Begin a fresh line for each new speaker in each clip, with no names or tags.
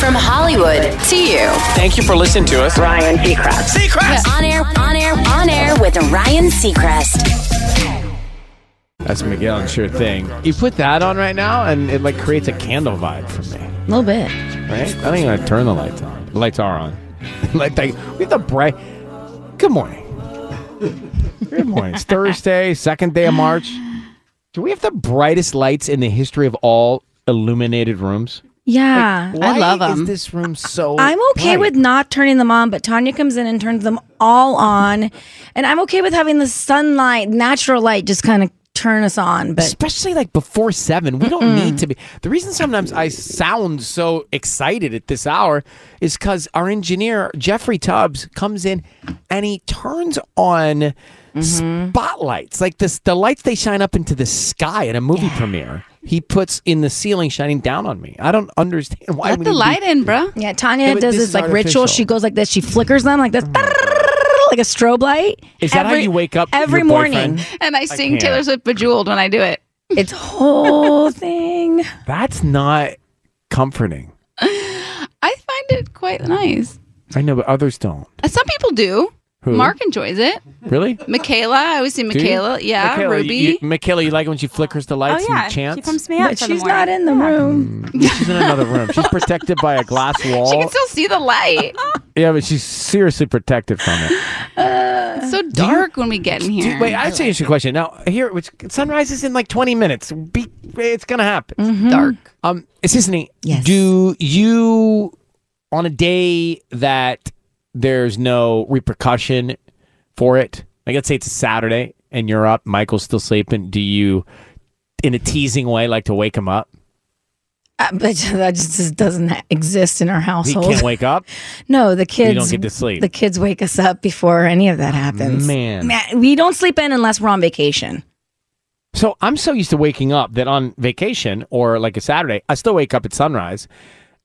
From Hollywood to you,
Thank you for listening to us.
Ryan Seacrest.
on air, on air, on air with Ryan Seacrest.
That's Miguel and Sure Thing. You put that on right now, and it like creates a candle vibe for me.
A little bit.
Right? I don't even want to turn the lights on. The lights are on. like, like we have the bright. Good morning. Good morning. It's Thursday, second day of March. Do we have the brightest lights in the history of all illuminated rooms?
Yeah, I
Why
love them.
Is this room so?
I'm okay
bright?
with not turning them on, but Tanya comes in and turns them all on, and I'm okay with having the sunlight, natural light, just kind of turn us on. But
especially like before seven. We don't need to be. The reason sometimes I sound so excited at this hour is because our engineer Jeffrey Tubbs comes in and he turns on
Mm-hmm.
spotlights, like this the lights they shine up into the sky at a movie premiere. He puts in the ceiling, shining down on me. I don't understand why.
Let
we
the
need to
light
be-
in, bro.
yeah, Tanya
Yeah, but
does
this
this
is
like
artificial. Mm.
ritual. She goes like this. She flickers them like this, like a strobe light.
Is that how you wake up
every
your boyfriend?
morning?
And I sing
can't.
Taylor Swift Bejeweled when I do it.
It's whole thing.
That's not comforting.
I find it quite nice.
I know, but others don't.
Uh, Some people do.
Who?
Mark enjoys it.
Really?
Michaela, I always see
Do you?
Michaela. Yeah,
Michaela, you-
Ruby. Oh,
You, Michaela, you like when she flickers the
Oh,
lights and chants?
She pumps me up.
But
for the
she's not
morning.
in the room.
She's in another room. She's protected by a glass wall.
she can still see the light.
yeah, but she's seriously protected from it.
Uh,
it's so dark when we get in here.
Wait, I have to ask you a question. Now, here, which sunrise is in like 20 minutes. Be, it's going to happen.
dark.
Um, Sisney,
Yes.
do you, on a day that there's no repercussion for it, like let's say it's a Saturday and you're up, Michael's still sleeping, do you, in a teasing way, like to wake him up?
Uh, but that just doesn't exist in our
He
household.
can't wake up?
No, the kids
don't get to sleep.
The kids wake us up before any of that happens.
Man.
we don't sleep in unless we're on vacation.
So I'm so used to waking up that on vacation or like a Saturday, I still wake up at sunrise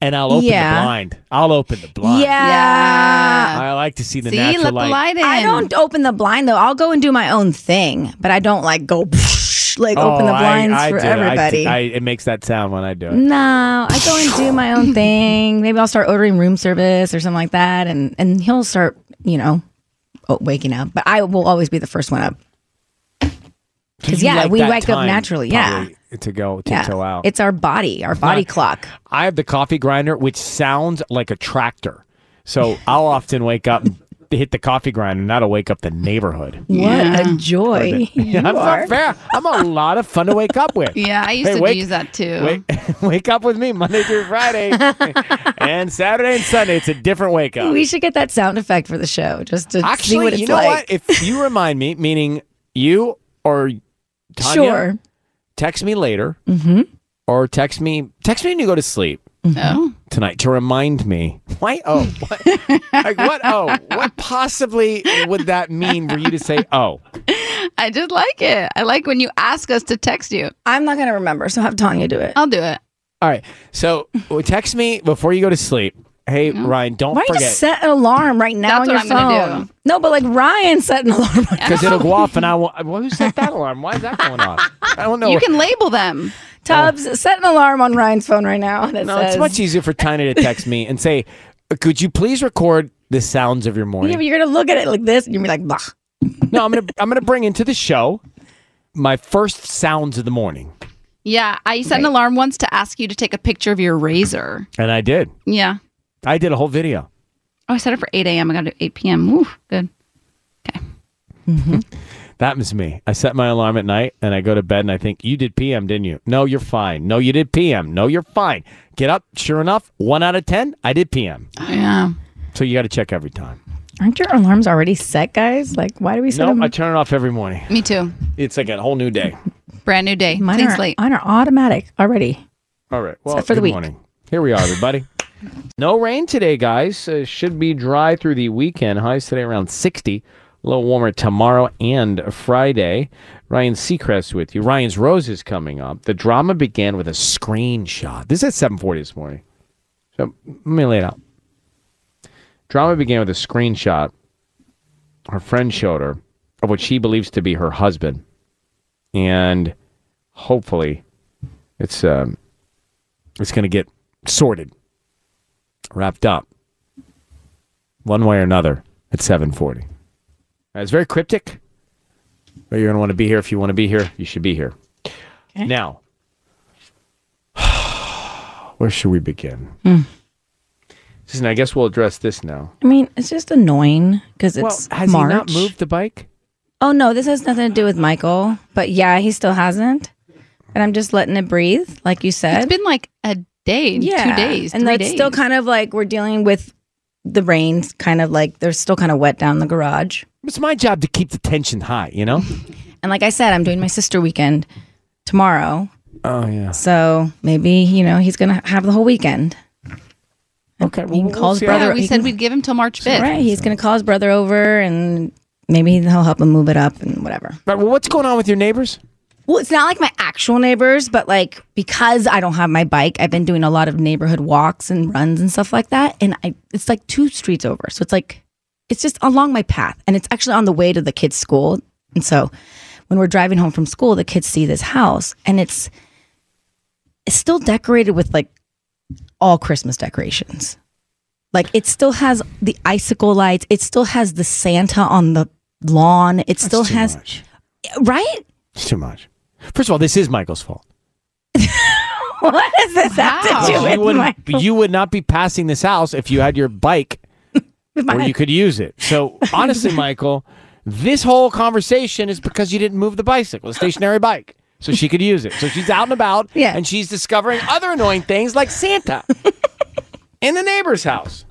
and I'll open the
Yeah.
blind. I'll open the blind.
Yeah.
I like to see the
See, let
natural
the
light.
light in.
I don't open the blind though. I'll go and do my own thing, but I don't like go like open the
Oh, I-
blinds
I
for
do. I do.
everybody.
I- it makes that sound when I do it.
no, I go and do my own thing. Maybe I'll start ordering room service or something like that, and and he'll start, you know, o- waking up. But I will always be the first one up.
So
'Cause,
you
yeah,
like
we
that
wake up
time
naturally, yeah.
probably To go to
Yeah,
chill out.
it's our body, our body clock.
I have the coffee grinder, which sounds like a tractor. So I'll often wake up and to hit the coffee grind, and that'll wake up the neighborhood.
What a joy. You
I'm
are.
not fair. I'm a lot of fun to wake up with.
Yeah, I used
Hey,
to
wake-
use that too.
Wake, wake up with me Monday through Friday, and Saturday and Sunday. It's a different wake up.
We should get that sound effect for the show just to see
Actually,
what it's
you know
like.
what? If you remind me, meaning you or Tanya,
Sure.
text me later, mm-hmm. or text me text me when you go to sleep
Mm-hmm.
Oh.
tonight to remind me. Why? Oh,
Hmm.
what? like what? Oh, what possibly would that mean for you to say? Oh,
I just like it. I like when you ask us to text you.
I'm not going to remember, so have Tanya do it.
I'll do it.
all right. So well, text me before you go to sleep. Hey Ryan, don't
Why don't you
forget
just set an alarm right now
That's
on
what
your
I'm gonna
phone?
do.
No, but like Ryan set an alarm.
because it'll go off, and I will. Well, who set that alarm? Why is that going off? I don't know.
You can label them.
Tubbs, set an alarm on Ryan's phone right now. That
No,
says,
it's much easier for Tiny to text me and say, "Could you please record the sounds of your
Yeah,
morning?"
but you're gonna look at it like this, and you're gonna be like, bah.
no, I'm gonna I'm gonna bring into the show my first sounds of the morning,
Yeah, I set an alarm once to ask you to take a picture of your razor.
and I did.
Yeah.
I did a whole video.
Oh, I set it for 8 a.m. I got to 8 p.m. Ooh, good.
That was me. I set my alarm at night and I go to bed and I think, you did PM, didn't you? No, you're fine. No, you did PM. No, you're fine. Get up. Sure enough, one out of 10, I did PM.
Yeah.
So you got to check every time.
Aren't your alarms already set, guys? Like, why do we set
No,
them?
I turn it off every morning.
Me too.
It's like a whole new day.
Brand new day.
mine,
Clean
are,
slate.
mine are automatic already.
All right. Well,
Except for the
good
week.
morning. Here we are, everybody. no rain today, guys. Uh, should be dry through the weekend. Highs today around 60. A little warmer tomorrow and Friday. Ryan Seacrest with you. Ryan's Rose is coming up. The drama began with a screenshot. This is at 7:40 this morning. So let me lay it out. Drama began with a screenshot her friend showed her of what she believes to be her husband, and hopefully, it's um, it's going to get sorted, wrapped up, one way or another at seven forty. It's very cryptic, but you're going to want to be here if you want to be here. You should be here. Now, where should we begin?
Hmm.
Listen, I guess we'll address this now.
I mean, it's just annoying because it's
well, has
March.
he not moved the bike?
Oh no, this has nothing to do with Michael. But yeah, he still hasn't. And I'm just letting it breathe, like you said.
It's been like a day, two days,
and
three
that's
days.
still kind of like we're dealing with the rains. Kind of like they're still kind of wet down the garage.
It's my job to keep the tension high, you know?
And like I said, I'm doing my sister weekend tomorrow,
oh, yeah.
so maybe you know he's gonna have the whole weekend.
Okay.
He can call his brother.
yeah, we
he
said
can-
we'd give him till March 5th.
Right, he's gonna call his brother over, and maybe he'll help him move it up and whatever.
But, well, what's going on with your neighbors?
Well, it's not like my actual neighbors, but like because I don't have my bike, I've been doing a lot of neighborhood walks and runs and stuff like that. And I, it's like two streets over, so it's like it's just along my path, and it's actually on the way to the kids' school. And so when we're driving home from school, the kids see this house, and it's it's still decorated with like all Christmas decorations. Like it still has the icicle lights. It still has the Santa on the lawn. It still
too
has
much.
right.
It's too much. First of all, this is Michael's fault.
What does this have to
Wow.
do
You
with,
would,
my,
you would not be passing this house if you had your bike
with
where
my-
you could use it. So, honestly, Michael, this whole conversation is because you didn't move the bicycle, the stationary bike. So she could use it. So she's out and about
Yeah.
and she's discovering other annoying things like Santa in the neighbor's house.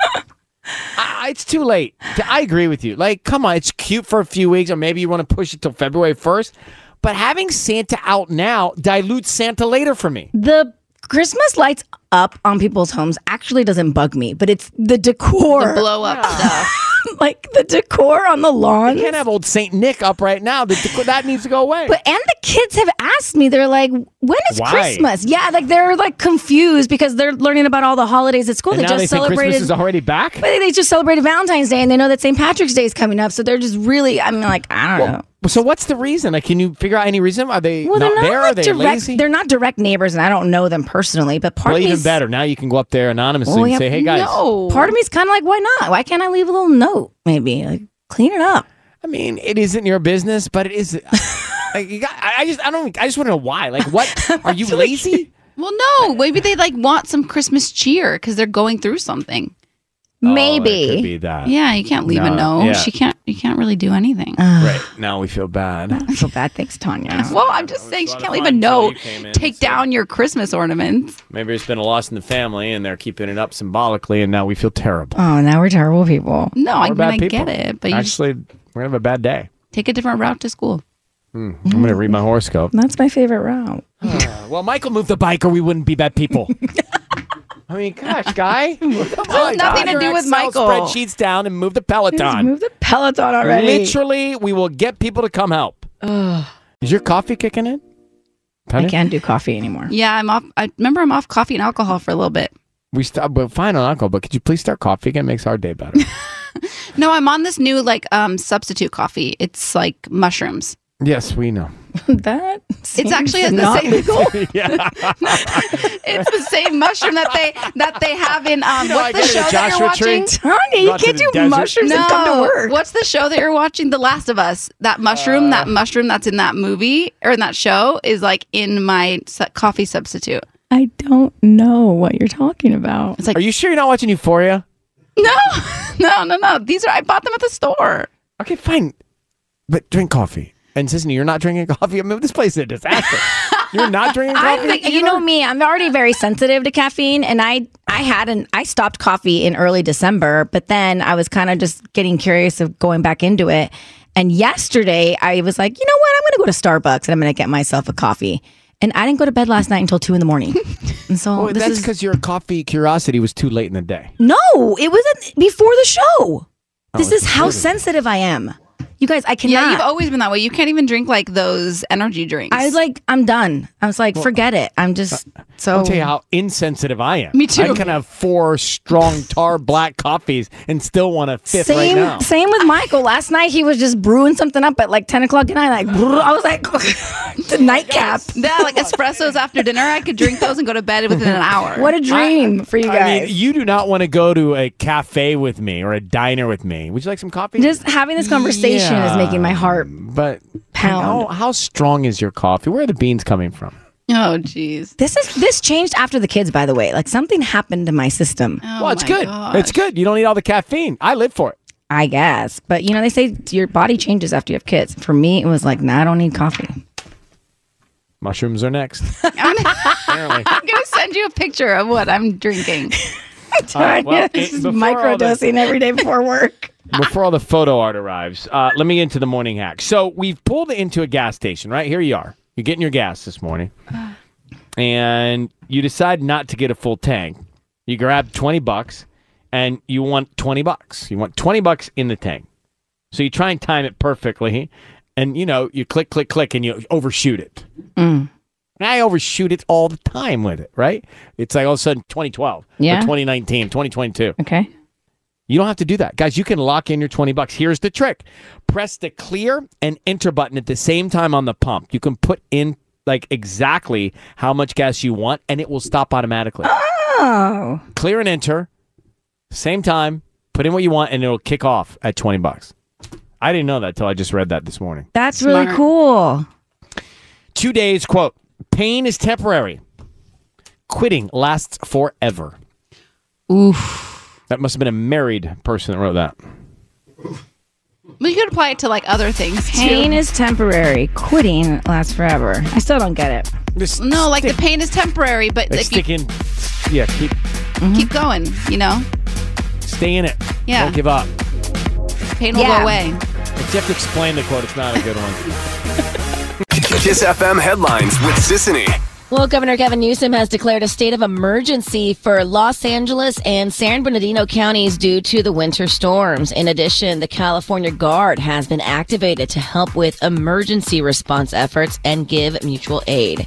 I, it's too late. I agree with you. Like, come on, it's cute for a few weeks, or maybe you want to push it till February 1st. But having Santa out now dilutes Santa later for me.
the Christmas lights up on people's homes actually doesn't bug me, but it's the decor,
Blow up stuff.
like the decor on the lawn.
You can't have old Saint Nick up right now. That, that needs to go away.
But and the kids have asked me. They're like, "When is
Why?
Christmas?" Yeah, like they're like confused because they're learning about all the holidays at school.
and
they
now
just
they think
celebrated.
Christmas is already back.
but they just celebrated Valentine's Day, and they know that St. Patrick's Day is coming up. So they're just really. I mean, like I don't know.
So what's the reason? Like, can you figure out any reason? Are they
Well,
not,
they're not
there? Are
like
they
direct.
lazy?
They're not direct neighbors, and I don't know them personally. But part
well,
of me
even
is-
better. Now you can go up there anonymously
Well,
and
yeah,
say, "Hey guys."
No.
Part of me's kind of like, why not? Why can't I leave a little note? Maybe like clean it up.
I mean, it isn't your business, but it is. like, you got, I, I just, I don't, I just want to know why. Like, what are you lazy?
Well, no, maybe they like want some Christmas cheer because they're going through something.
Maybe.
Oh, could be that.
Yeah, you can't leave
No,
a note.
yeah.
She can't. You can't really do anything.
Uh,
Right now we feel bad.
I feel bad. Thanks, Tanya.
well, I'm just saying she can't leave a note. Take down your Christmas ornaments.
Maybe it's been a loss in the family, and they're keeping it up symbolically, and now we feel terrible.
Oh, now we're terrible people.
No, I,
We're
mean,
bad
I
people.
get it, but you just
Actually, we're gonna have a bad day.
take a different route to school.
I'm
Mm-hmm.
gonna read my horoscope.
That's my favorite route.
well, Michael moved the bike, or we wouldn't be bad people. I mean, gosh, guy,
on, nothing to do with Michael.
Spreadsheets down and move the Peloton.
Move the Peloton already.
Literally, we will get people to come help. Is your coffee kicking in?
I
Tanya?
can't do coffee anymore.
Yeah, I'm off. I remember I'm off coffee and alcohol for a little bit.
We stop, but fine on alcohol. But could you please start coffee again? Makes our day better.
No, I'm on this new like um substitute coffee. It's like mushrooms.
yes, we know.
that
It's
seems
actually the
not
same. it's the same mushroom that they that they have in um.
No, I
what's the
get it,
show that you're
Joshua Tree.
watching?
Tanya, you
Not to
can't
the
do
desert.
mushrooms and come to work.
What's the show that you're watching? The Last of Us. That mushroom, that
Uh.
mushroom that's in that movie or in that show is like in my su- coffee substitute.
I don't know Oh, what you're talking about.
It's like
Are you sure you're not watching Euphoria?
no, no, no, no. These are I bought them at the store.
Okay, fine. But drink coffee. And Sisney, you're not drinking coffee. I mean, this place is a disaster. you're not drinking coffee.
I'm like, you know me, I'm already very sensitive to caffeine and I I had an I stopped coffee in early December, but then I was kind of just getting curious of going back into it. And yesterday I was like, you know what? I'm gonna go to Starbucks and I'm gonna get myself a coffee. And I didn't go to bed last night until two in the morning. And so
Well,
Oh, this
that's
is
because your coffee curiosity was too late in the day.
No, it wasn't before the
Oh,
show. This is how sensitive I am. You guys, I cannot
Yeah, you've always been that way. You can't even drink like those energy drinks.
I was like, I'm done. I was like, forget it. I'm just so
Uh, I'll tell you how insensitive I am.
Me too.
I can have four strong tar black coffees and still want a fifth right
same
now.
same with Michael. Last night he was just brewing something up at like ten o'clock at night. Like brr, I was like the nightcap.
yeah, like espressos after dinner. I could drink those and go to bed within an hour.
What a dream for you
I
guys.
mean, you do not want to go to a cafe with me or a diner with me. Would you like some coffee?
just having this conversation
Yeah.
is making my heart.
but
Pound.
How, how strong is your coffee? Where are the beans coming from?
oh, jeez.
This is this changed after the kids, by the way. Like something happened to my system,
Oh,
well, it's
my
good.
God.
It's good. You don't need all the caffeine. I live for it.
I guess. But you know, they say your body changes after you have kids. For me, it was like, nah, I don't need coffee.
Mushrooms are next. Apparently.
I'm gonna send you a picture of what I'm drinking.
All right, well, it-
this is
before all the-
microdosing every day before work.
before all the photo art arrives, uh, let me get into the morning hack. So we've pulled into a gas station, right? Here you are. You're getting your gas this morning. And you decide not to get a full tank. You grab 20 bucks and you want 20 bucks. You want 20 bucks in the tank. So you try and time it perfectly. And, you know, you click, click, click, and you overshoot it. Mm. And I overshoot it all the time with it, right? It's like all of a sudden 2012,
Yeah.
or 2019, 2022.
Okay.
You don't have to do that. Guys, you can lock in your 20 bucks. Here's the trick. Press the clear and enter button at the same time on the pump. You can put in like exactly how much gas you want and it will stop automatically.
Oh.
clear and enter, same time, put in what you want and it'll kick off at 20 bucks. I didn't know that till I just read that this morning.
That's really cool.
Two days quote, pain is temporary. Quitting lasts forever.
Oof.
That must have been a married person that wrote that.
Well, you could apply it to like other things too.
Pain is temporary. Quitting lasts forever. I still don't get it.
Just
no, like
stick,
the pain is temporary, but
like
if you
sticking Mm-hmm. yeah, keep
keep going, you know,
Stay in it.
Yeah.
Don't give up.
pain will
Yeah.
go away.
If you have to explain the quote, it's not a good one.
Kiss FM headlines with Sissany.
Well, Governor Gavin Newsom has declared a state of emergency for Los Angeles and San Bernardino counties due to the winter storms. In addition, the California Guard has been activated to help with emergency response efforts and give mutual aid.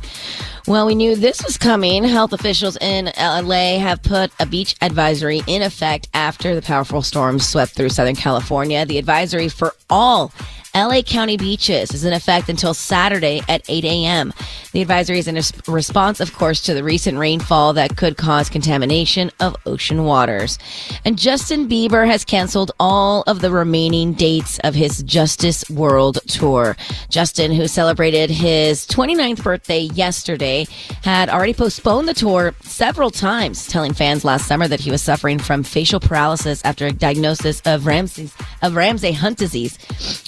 Well, we knew this was coming. Health officials in LA have put a beach advisory in effect after the powerful storms swept through Southern California. The advisory for all LA County beaches is in effect until Saturday at 8 a.m. The advisory is in res- response, of course, to the recent rainfall that could cause contamination of ocean waters. And Justin Bieber has canceled all of the remaining dates of his Justice World Tour. Justin, who celebrated his 29th birthday yesterday, Beyonce had already postponed the tour several times, telling fans last summer that he was suffering from facial paralysis after a diagnosis of Ramsey's of Ramsey Hunt disease,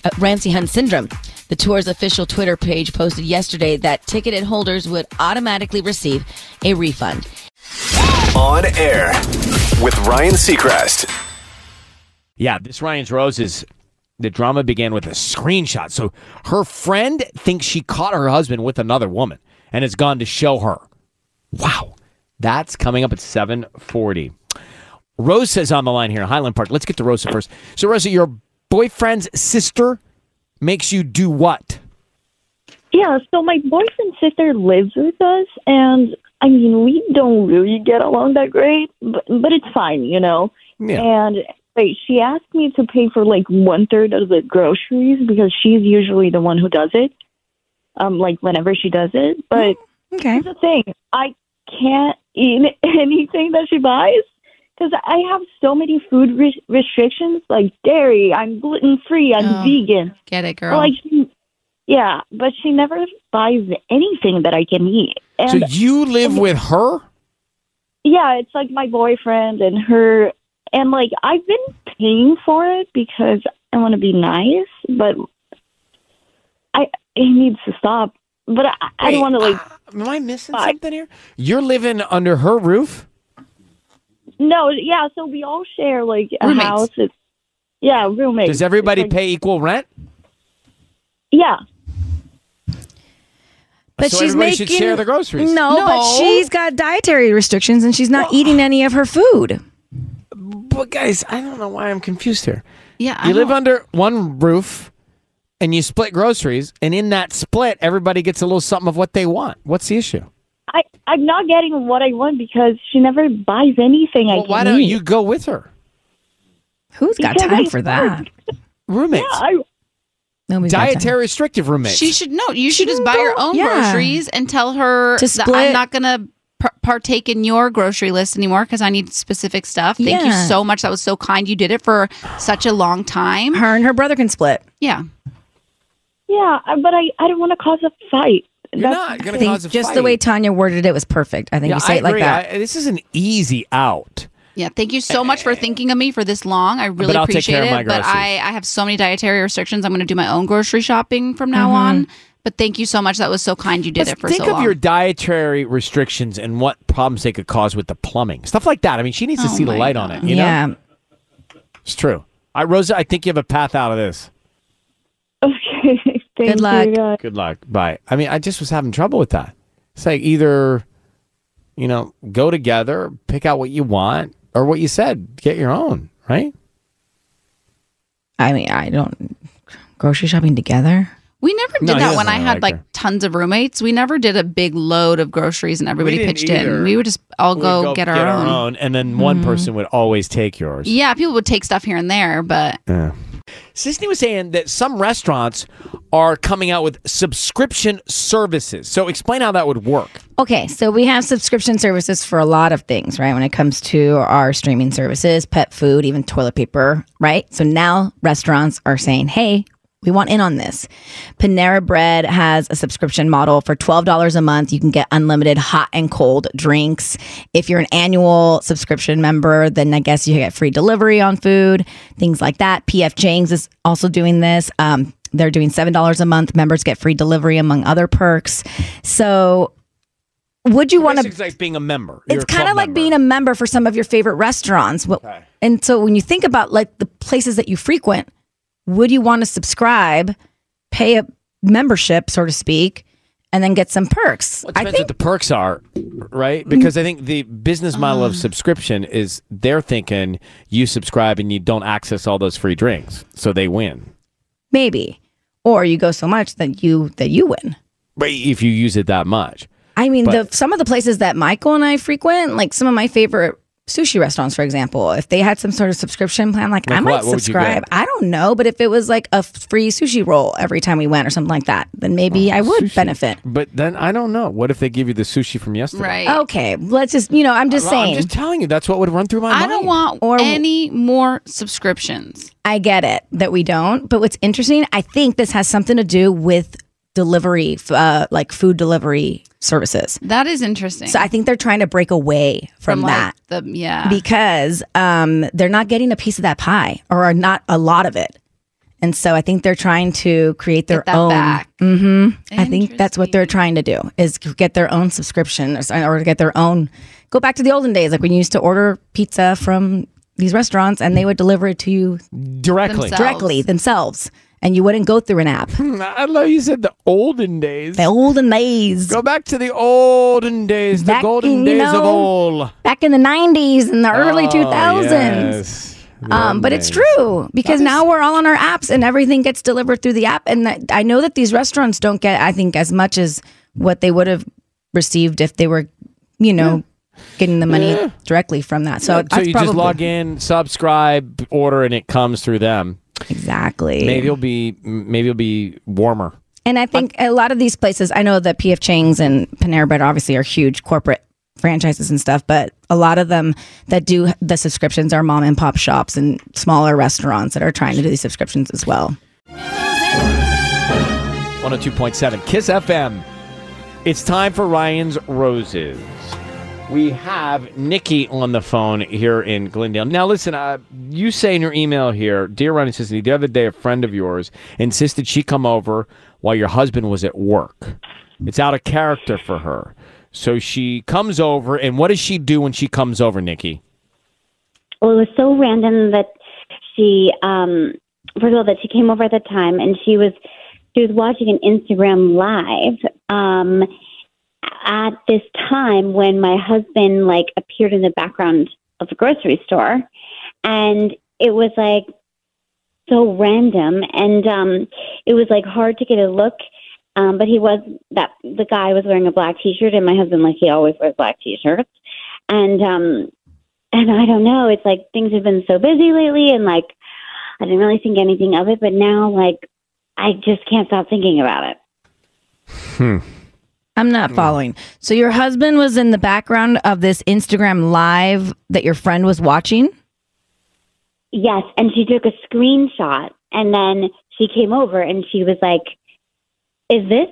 uh, Ramsey Hunt syndrome. The tour's official Twitter page posted yesterday that ticketed holders would automatically receive a refund.
On air with Ryan Seacrest.
Yeah, this Ryan's Roses. The drama began with a screenshot. So her friend thinks she caught her husband with another woman and has gone to show her. Wow. That's coming up at 740. Rosa's on the line here in Highland Park. Let's get to Rosa first. So Rosa, your boyfriend's sister makes you do what?
Yeah, so my boyfriend's sister lives with us, and I mean, we don't really get along that great, but, but it's fine, you know?
Yeah.
And wait, she asked me to pay for like one third of the groceries because she's usually the one who does it, um, like whenever she does it. But
Okay.
Oh,
here's the thing I can't eat anything that she buys because I have so many food re- restrictions like dairy, I'm gluten free, I'm
Oh.
vegan.
Get it, girl.
Well, Like, she- yeah, but she never buys anything that I can eat. And
so you live with her?
yeah, it's like my boyfriend and her. And like, I've been paying for it because I want to be nice, but I it needs to stop. But I, I don't want to like.
ah, Am I missing
Bye.
something here? You're living under her roof?
No, yeah. So we all share like a
Roommates.
house. It's, yeah, roommates.
Does everybody
It's like-
pay equal rent?
Yeah.
But
So
she's
everybody
making
should share the groceries.
No, but
No.
she's got dietary restrictions and she's not eating any of her food.
But guys, I don't know why I'm confused here.
yeah, I
You live
don't-
under one roof and you split groceries, and in that split, everybody gets a little something of what they want. What's the issue?
I, I'm not getting what I want because she never buys anything I
Well,
can
why don't
eat.
you go with her?
Who's got
Because I
time for that?
work.
Roommates.
I,
Nobody's got time.
Dietary restrictive roommates.
She should know. You should just buy your own
yeah.
groceries and tell her
To
that
split-
I'm not going to partake in your grocery list anymore because I need specific stuff. Thank you
Yeah.
so much. That was so kind. You did it for such a long time.
Her and her brother can split.
Yeah.
yeah, I- but I, I don't want to cause a fight.
You're not going
I
to
think
cause a
just
fight.
the way Tanya worded it was perfect. I think
yeah,
you say
I
it like
agree.
that.
I- this is an easy out.
Yeah. Thank you so much for thinking of me for this long. I really
Eh. But I'll take
appreciate
care of
it.
my
but
groceries.
I, I have so many dietary restrictions. I'm going to do my own grocery shopping from now on. But thank you so much. That was so kind. You did
Let's
it for
Mm-hmm. think
so
of
long.
your dietary restrictions and what problems they could cause with the plumbing. Stuff like that. I mean, she needs to
Oh
see the
my
light on it. You know?
yeah.
It's true. I, Rosa, I think you have a path out of this.
Okay. Thank
Good luck.
You guys.
Good luck. Bye. I mean, I just was having trouble with that. It's like either, you know, go together, pick out what you want, or what you said, get your own, right?
I mean, I don't grocery shopping together.
we never did
No, he
that when
doesn't
I had
like
like
her.
tons of roommates. We never did a big load of groceries and everybody
didn't
pitched
either.
in. We would just all go,
We'd
get, our, own. Mm-hmm.
and then one person would always take yours.
Yeah, people would take stuff here and there, but
Sisney was saying that some restaurants are coming out with subscription services. So explain how that would work.
Okay, so we have subscription services for a lot of things, right? When it comes to our streaming services, pet food, even toilet paper, right? So now restaurants are saying, hey, we want in on this. Panera Bread has a subscription model for $12 a month. You can get unlimited hot and cold drinks. If you're an annual subscription member, then I guess you get free delivery on food, things like that. PF Chang's is also doing this. Um, they're doing $7 a month. Members get free delivery, among other perks. So, would you want to
It's like being a member.
it's kind of like being a member for some of your favorite restaurants. Wh- And so when you think about like the places that you frequent, would you want to subscribe, pay a membership, so to speak, and then get some perks?
Well, it
I
depends what
think
the perks are, right? Because I think the business model
Um.
of subscription is they're thinking you subscribe and you don't access all those free drinks, so they win.
maybe, or you go so much that you that you win.
But if you use it that much,
I mean,
But-
the, some of the places that Michael and I frequent, like some of my favorite sushi restaurants, for example, if they had some sort of subscription plan, like,
Like
I might
what? What would you get?
subscribe. I don't know, but if it was like a free sushi roll every time we went or something like that, then maybe
Oh,
I would benefit.
but then I don't know. What if they give you the sushi from yesterday?
right.
Okay, let's just you know, I'm just
I'm
saying.
just telling you, that's what would run through my mind.
I don't want
Or-
any more subscriptions.
I get it that we don't, but what's interesting, I think this has something to do with delivery, f- uh, like food delivery services.
That is interesting.
So I think they're trying to break away from,
like,
that
the yeah.
because um, they're not getting a piece of that pie or are not a lot of it. And so I think they're trying to create their
that
own.
back.
hmm I think that's what they're trying to do is get their own subscription or, or get their own. Go back to the olden days, like when you used to order pizza from these restaurants and they would deliver it to you
Directly.
directly themselves, and you wouldn't go through an app.
Hmm, I love you said the olden days.
The olden days.
Go back to the olden days, the
Back
golden
in, you
days of
know,
old. Oh,
back in the 90s and the early 2000s. Um, but it's true because now we're all on our apps and everything gets delivered through the app. And that, I know that these restaurants don't get, I think, as much as what they would have received if they were, you know, getting the money directly from that. So,
So
that's
you
probably
just log in, subscribe, order, and it comes through them.
exactly.
Maybe it'll be maybe it'll be warmer.
And I think a lot of these places, I know that PF Chang's and Panera Bread obviously are huge corporate franchises and stuff, but a lot of them that do the subscriptions are mom and pop shops and smaller restaurants that are trying to do these subscriptions as well.
102.7 Kiss FM. It's time for Ryan's Roses. We have Nikki on the phone here in Glendale. Now, listen, uh, you say in your email here, Dear Ryan and Sissy, the other day a friend of yours insisted she come over while your husband was at work. It's out of character for her. So she comes over, and what does she do when she comes over, Nikki?
Well, it was so random that she, um, first of all, that she came over at the time and she was she was watching an Instagram live um, at this time when my husband like appeared in the background of the grocery store, and it was like so random and um, it was like hard to get a look. Um, but he was that the guy was wearing a black T-shirt, and my husband like he always wears black T-shirts, and um, and I don't know. It's like things have been so busy lately, and like I didn't really think anything of it, but now like I just can't stop thinking about it.
I'm
Mm.
not following. So your husband was in the background of this Instagram live that your friend was watching?
Yes, and she took a screenshot, and then she came over and she was like, "Is this?"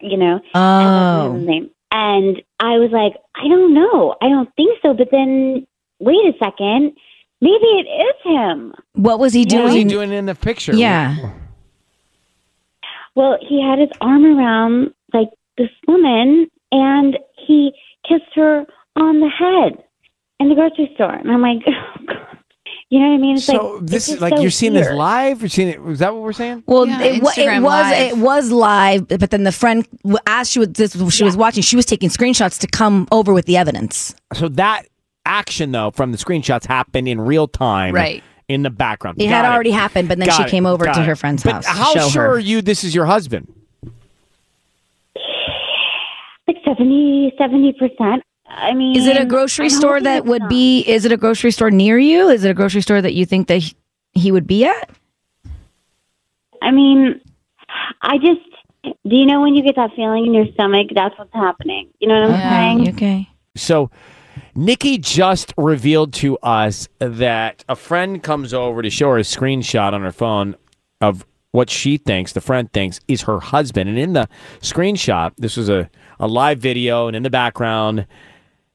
You know,
Oh.
name. And I was like, I don't know. I don't think so. But then, wait a second. Maybe it is him.
What was he doing?
What was he doing in the picture?
Yeah.
Well, he had his arm around like this woman, and he kissed her on the head in the grocery store. And I'm like, oh, you know what I mean? It's
So
like
this
it's
is like
so
you're seeing this
weird.
live. You're seeing it. Is that what we're saying?
Well,
Yeah,
it, wa- it
Instagram
was
Live.
it was live, but then the friend, as she was this, she was watching, she was taking screenshots to come over with the evidence.
So that action though from the screenshots happened in real time,
Right.
In the background,
It
Got
had already happened, but then
Got
she
it.
came over
Got
to
it.
her friend's
But
house. to
How
show
sure
her.
are you this is your husband?
like seventy, seventy percent. I mean,
Is it a grocery
I'm
store
hoping
that
it's
would
not.
be? Is it a grocery store near you? Is it a grocery store that you think that he, he would be at?
I mean, I just. Do you know when you get that feeling in your stomach? That's what's happening. You know what I'm saying?
You okay.
So Nikki just revealed to us that a friend comes over to show her a screenshot on her phone of what she thinks the friend thinks is her husband. And in the screenshot, this was a, a live video and in the background,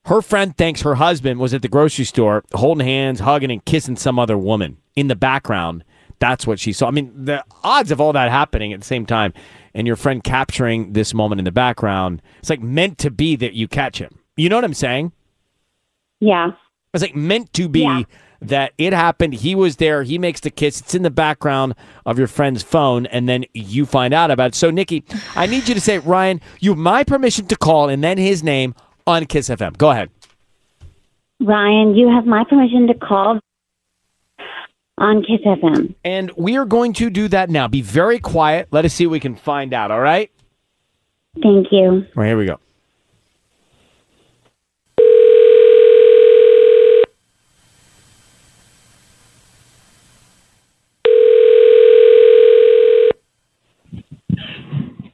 her friend thinks her husband was at the grocery store holding hands, hugging and kissing some other woman in the background. That's what she saw. I mean, the odds of all that happening at the same time and your friend capturing this moment in the background, it's like meant to be that you catch him. You know what I'm saying?
Yeah.
It's like meant to be that it happened. He was there. He makes the kiss. It's in the background of your friend's phone, and then you find out about it. So, Nikki, I need you to say, Ryan, you have my permission to call and then his name on Kiss FM. Go ahead.
Ryan, you have my permission to call on Kiss FM.
And we are going to do that now. Be very quiet. Let us see what we can find out. All right.
Thank you.
All right, here we go.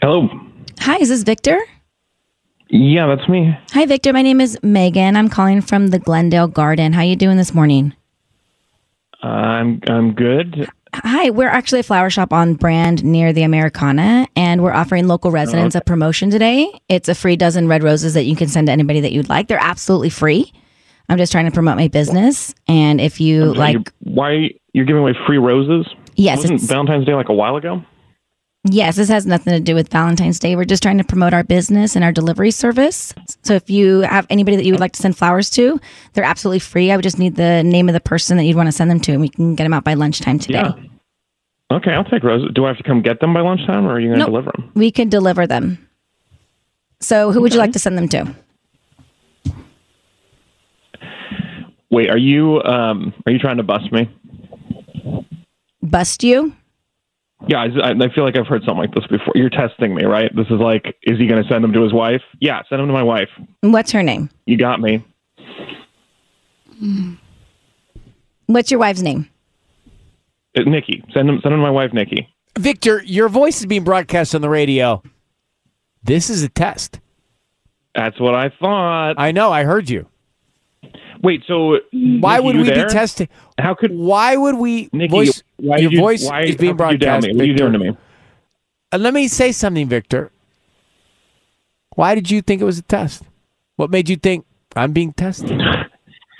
Hello.
Hi, is this Victor?
Yeah, that's me.
Hi, Victor. My name is Megan. I'm calling from the Glendale Garden. How you doing this morning?
Uh, I'm I'm good.
Hi, we're actually a flower shop on brand near the Americana, and we're offering local residents a promotion today. It's a free dozen red roses that you can send to anybody that you'd like. They're absolutely free. I'm just trying to promote my business, and if you
I'm sorry,
like,
you- why you're giving away free roses?
Yes,
Wasn't
it's-
Valentine's Day like a while ago?
Yes, this has nothing to do with Valentine's Day. We're just trying to promote our business and our delivery service. So if you have anybody that you would like to send flowers to, they're absolutely free. I would just need the name of the person that you'd want to send them to, and we can get them out by lunchtime today.
Yeah. Okay, I'll take roses. Do I have to come get them by lunchtime, or are you going to
Nope.
deliver them?
We can deliver them. So who would you like to send them to?
Wait, are you um, are you trying to bust me?
Bust you?
Yeah, I, I feel like I've heard something like this before. You're testing me, right? This is like, is he going to send them to his wife? Yeah, send them to my wife.
What's her name?
You got me.
Mm-hmm. What's your wife's name?
Uh, Nikki, send them send them to my wife, Nikki.
Victor, your voice is being broadcast on the radio. This is a test.
That's what I thought.
I know. I heard you.
Wait, so
Why
Nikki,
would
you
we
there?
be testing?
How could?
Why would we?
Nikki,
voice,
why did
your
you-
voice
why-
is being
how could you down
broadcast.
me? What are you
Victor.
doing to me?
Uh, let me say something, Victor. Why did you think it was a test? What made you think I'm being tested?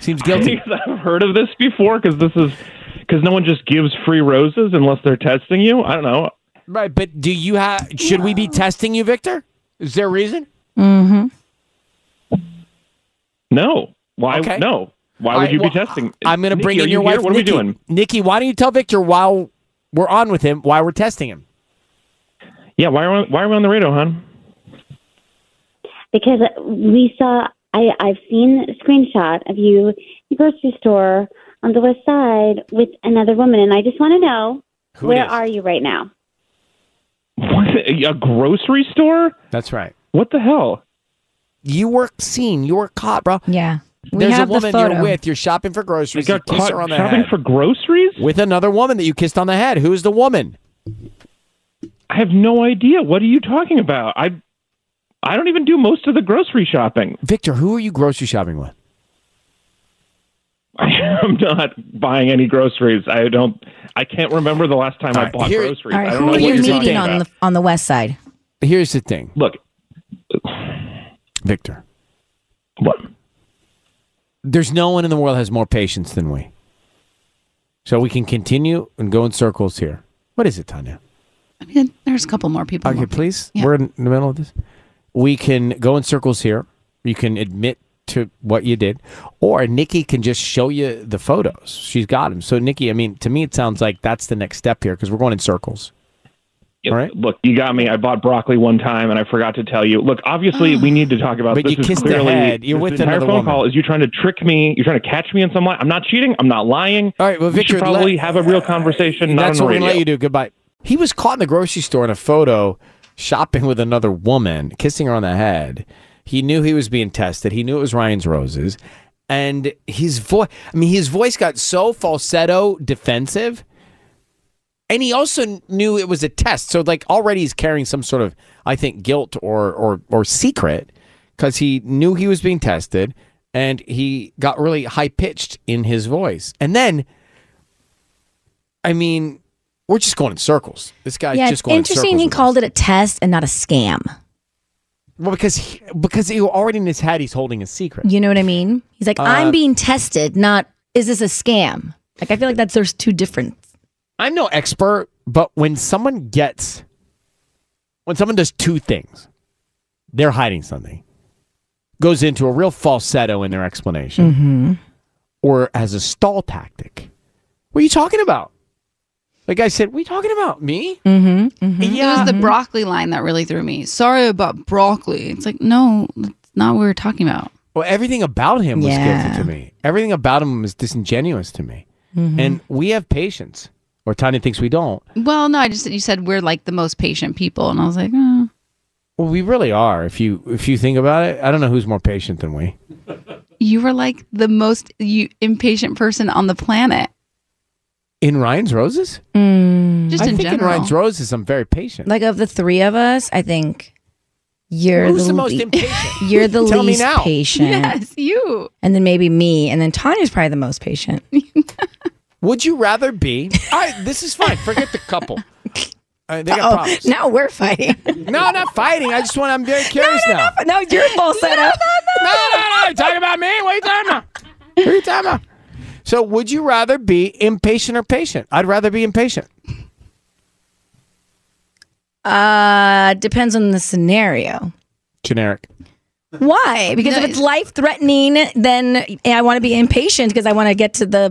Seems guilty.
Because I've heard of this before. Because this is because no one just gives free roses unless they're testing you. I don't know.
Right, but do you have? Should we be testing you, Victor? Is there a reason?
Mm-hmm.
No. Why?
Okay.
No. Why
All
would
right,
you
well,
be testing?
I'm going to
Nikki,
bring
are
in
you
your
here?
wife.
What are we
Nikki.
doing?
Nikki? Why don't you tell Victor while we're on with him, why we're testing him?
Yeah. Why are we, why are we on the radio, hon?
because we saw I, I've seen a screenshot of you in the grocery store on the west side with another woman and I just want to know
Who
where
it is?
are you right now?
What? A grocery store?
That's right.
What the hell?
You were seen. You were caught, bro.
Yeah. We
There's
have
a
the
woman
photo.
you're with. You're shopping for
I
groceries. You
got
kiss
caught
her on the
shopping
head
for groceries?
with another woman that you kissed on the head. Who's the woman?
I have no idea. What are you talking about? I I don't even do most of the grocery shopping.
Victor, who are you grocery shopping with?
I am not buying any groceries. I don't. I can't remember the last time
All
I
right,
bought
here-
groceries.
All right,
I don't
who
know
are
what
you
you're talking
meeting on
about.
the on the west side?
Here's the thing,
Look,
Victor.
what?
There's no one in the world has more patience than we. So we can continue and go in circles here. What is it, Tanya?
I mean, there's a couple more people.
Okay, please.
Yeah.
We're in the middle of this. We can go in circles here. You can admit to what you did, or Nikki can just show you the photos. She's got them. So Nikki, I mean, to me, it sounds like that's the next step here because we're going in circles.
Yeah,
All right.
Look, you got me. I bought broccoli one time, and I forgot to tell you. Look, obviously, we need to talk about
But
this.
you kissed
is
the
clearly
head. You're
this
with
entire
another
phone
woman.
call. Is you trying to trick me? You're trying to catch me in some lie. I'm not cheating. I'm not lying.
All right, well,
We should
Victor,
probably
let-
have a real conversation. Not
that's
on
what
the
we're gonna
radio.
let you do. Goodbye. He was caught in the grocery store in a photo, shopping with another woman, kissing her on the head. He knew he was being tested. He knew it was Ryan's roses, and his voice—I mean, his voice got so falsetto, defensive, and he also knew it was a test. So, like, already he's carrying some sort of, I think, guilt or or or secret because he knew he was being tested, and he got really high pitched in his voice, and then. I mean, we're just going in circles. This guy's
yeah,
just
it's
going
interesting.
in circles.
He
with
called it a test and not a scam.
us. well because he, because he already in his head he's holding a secret.
You know what I mean? He's like,
Uh,
I'm being tested, not is this a scam? Like I feel like that's there's two different.
I'm no expert, but when someone gets when someone does two things, they're hiding something. Goes into a real falsetto in their explanation
Mm-hmm.
Mm-hmm.
or as a stall tactic. What are you talking about? Like I said, what are you talking about? Me?
Mm-hmm.
Yeah. It was the broccoli line that really threw me. Sorry about broccoli. It's like, no, that's not what we were talking about.
Well, everything about him was
Yeah.
guilty to me. Everything about him was disingenuous to me.
Mm-hmm.
Mm-hmm.
And we have patience, or Tanya thinks we don't.
Well, no, I just you said we're like the most patient people, and I was like, oh.
Well, we really are. If you if you think about it, I don't know who's more patient than we.
you were like the most you impatient person on the planet.
In Ryan's roses,
Just
Mm.
I
in
think in
general.
Ryan's roses, I'm very patient.
Like of the three of us, I think you're
who's
the,
the, most
le-
impatient?
you're the
Tell me
least
now.
patient,
yes, you.
and then maybe me, and then Tanya's probably the most patient.
Would you rather be? I, this is fine. Forget the couple. Uh, they got
Uh-oh.
problems.
Oh, Now we're fighting.
no, not fighting. I just want. I'm very curious
no,
now.
No, no, it's your full setup.
No, no, no. You're talking about me. What are you talking about? What are you talking about? So, would you rather be impatient or patient? I'd rather be impatient.
Uh, depends on the scenario.
Generic.
Why? Because if it's life threatening, then I want to be impatient because I want to get to the.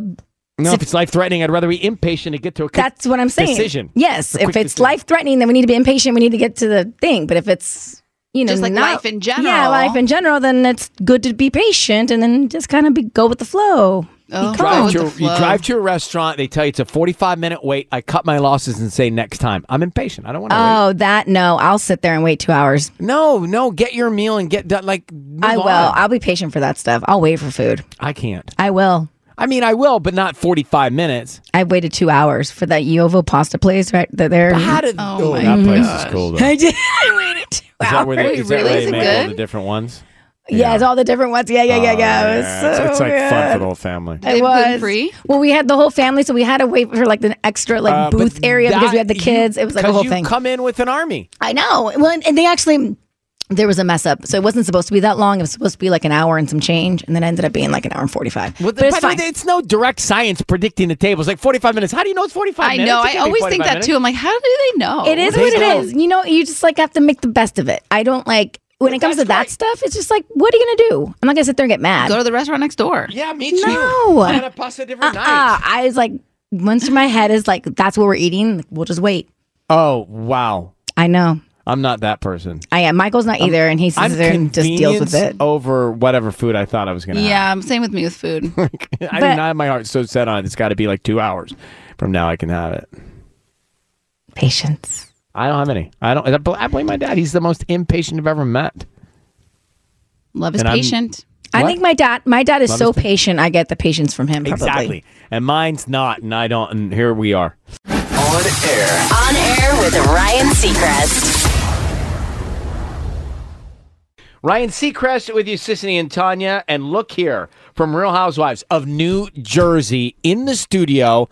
No, if it's life threatening, I'd rather be impatient and get to a. Quick
That's what I'm saying.
Decision.
Yes,
A
if
quick
it's
decision.
life threatening, then we need to be impatient. We need to get to the thing. But if it's you know
Just like
not-
life in
yeah,
general.
life in general, then it's good to be patient and then just kind of be go with the flow.
Oh,
be
drive
calm.
to, you drive to a restaurant. They tell you it's a 45 minute wait. I cut my losses and say next time. I'm impatient. I don't want to.
Oh, that no! I'll sit there and wait two hours.
No, no, get your meal and get done. Like
I
move
will.
on.
I'll be patient for that stuff. I'll wait for food.
I can't.
I will.
I mean, I will, but not 45 minutes.
I waited two hours for that Yovo pasta place right th- there.
How did? Oh, that place is cool though.
I did. I waited two
Is that where they,
hours.
is that where they make all the different ones?
Yeah, it's all the different ones. Yeah, yeah, yeah, yeah. It was so
Oh, it's, like fun for
good.
the whole family.
It was free. Well, we had the whole family, so we had to wait for like the extra like
Uh, but
booth area because we had the
that-
kids.
you-
it was like a
'cause
whole
you
thing.
Come in with an army.
I know. Well, and, and they actually there was a mess up, so it wasn't supposed to be that long. It was supposed to be like an hour and some change, and then it ended up being like an hour and forty five.
Well,
but it's
by the way,
fine.
it's no direct science predicting the table. It's like 45 minutes. How do you know it's 45
I
minutes?
know.
It
I
can't be
always think
45
that
minutes.
too. I'm like, how do they know?
It is
They
what
know.
it is. You know, you just like have to make the best of it. I don't like when it comes to that stuff. It's just like, what are you gonna do? I'm not gonna sit there and get mad.
Go to the restaurant next door.
Yeah, me too.
No.
I'm gonna pass a different
Ah,
night.
I was like, once my head is like, that's what we're eating. We'll just wait.
Oh wow,
I know.
I'm not that person.
I am. Michael's not either, and he
I'm
sits there and just deals with
convenience
it.
over whatever food I thought I was gonna.
Yeah, I'm Um, same with me with food.
Have. I
But-
mean, I my heart's so set on it. It's got to be like two hours from now. I can have it.
Patience.
I don't have any. I don't. I bl- I blame my dad. He's the most impatient I've ever met.
Love is
And I'm-
patient.
I
What?
think my dad, my dad is
Love
so
is pa-
patient. I get the patience from him. Probably.
Exactly. And mine's not. And I don't. And here we are.
On air.
On air with Ryan Seacrest.
Ryan Seacrest with you, Sissany and Tanya. And look here from Real Housewives of New Jersey in the studio.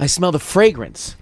I smell the fragrance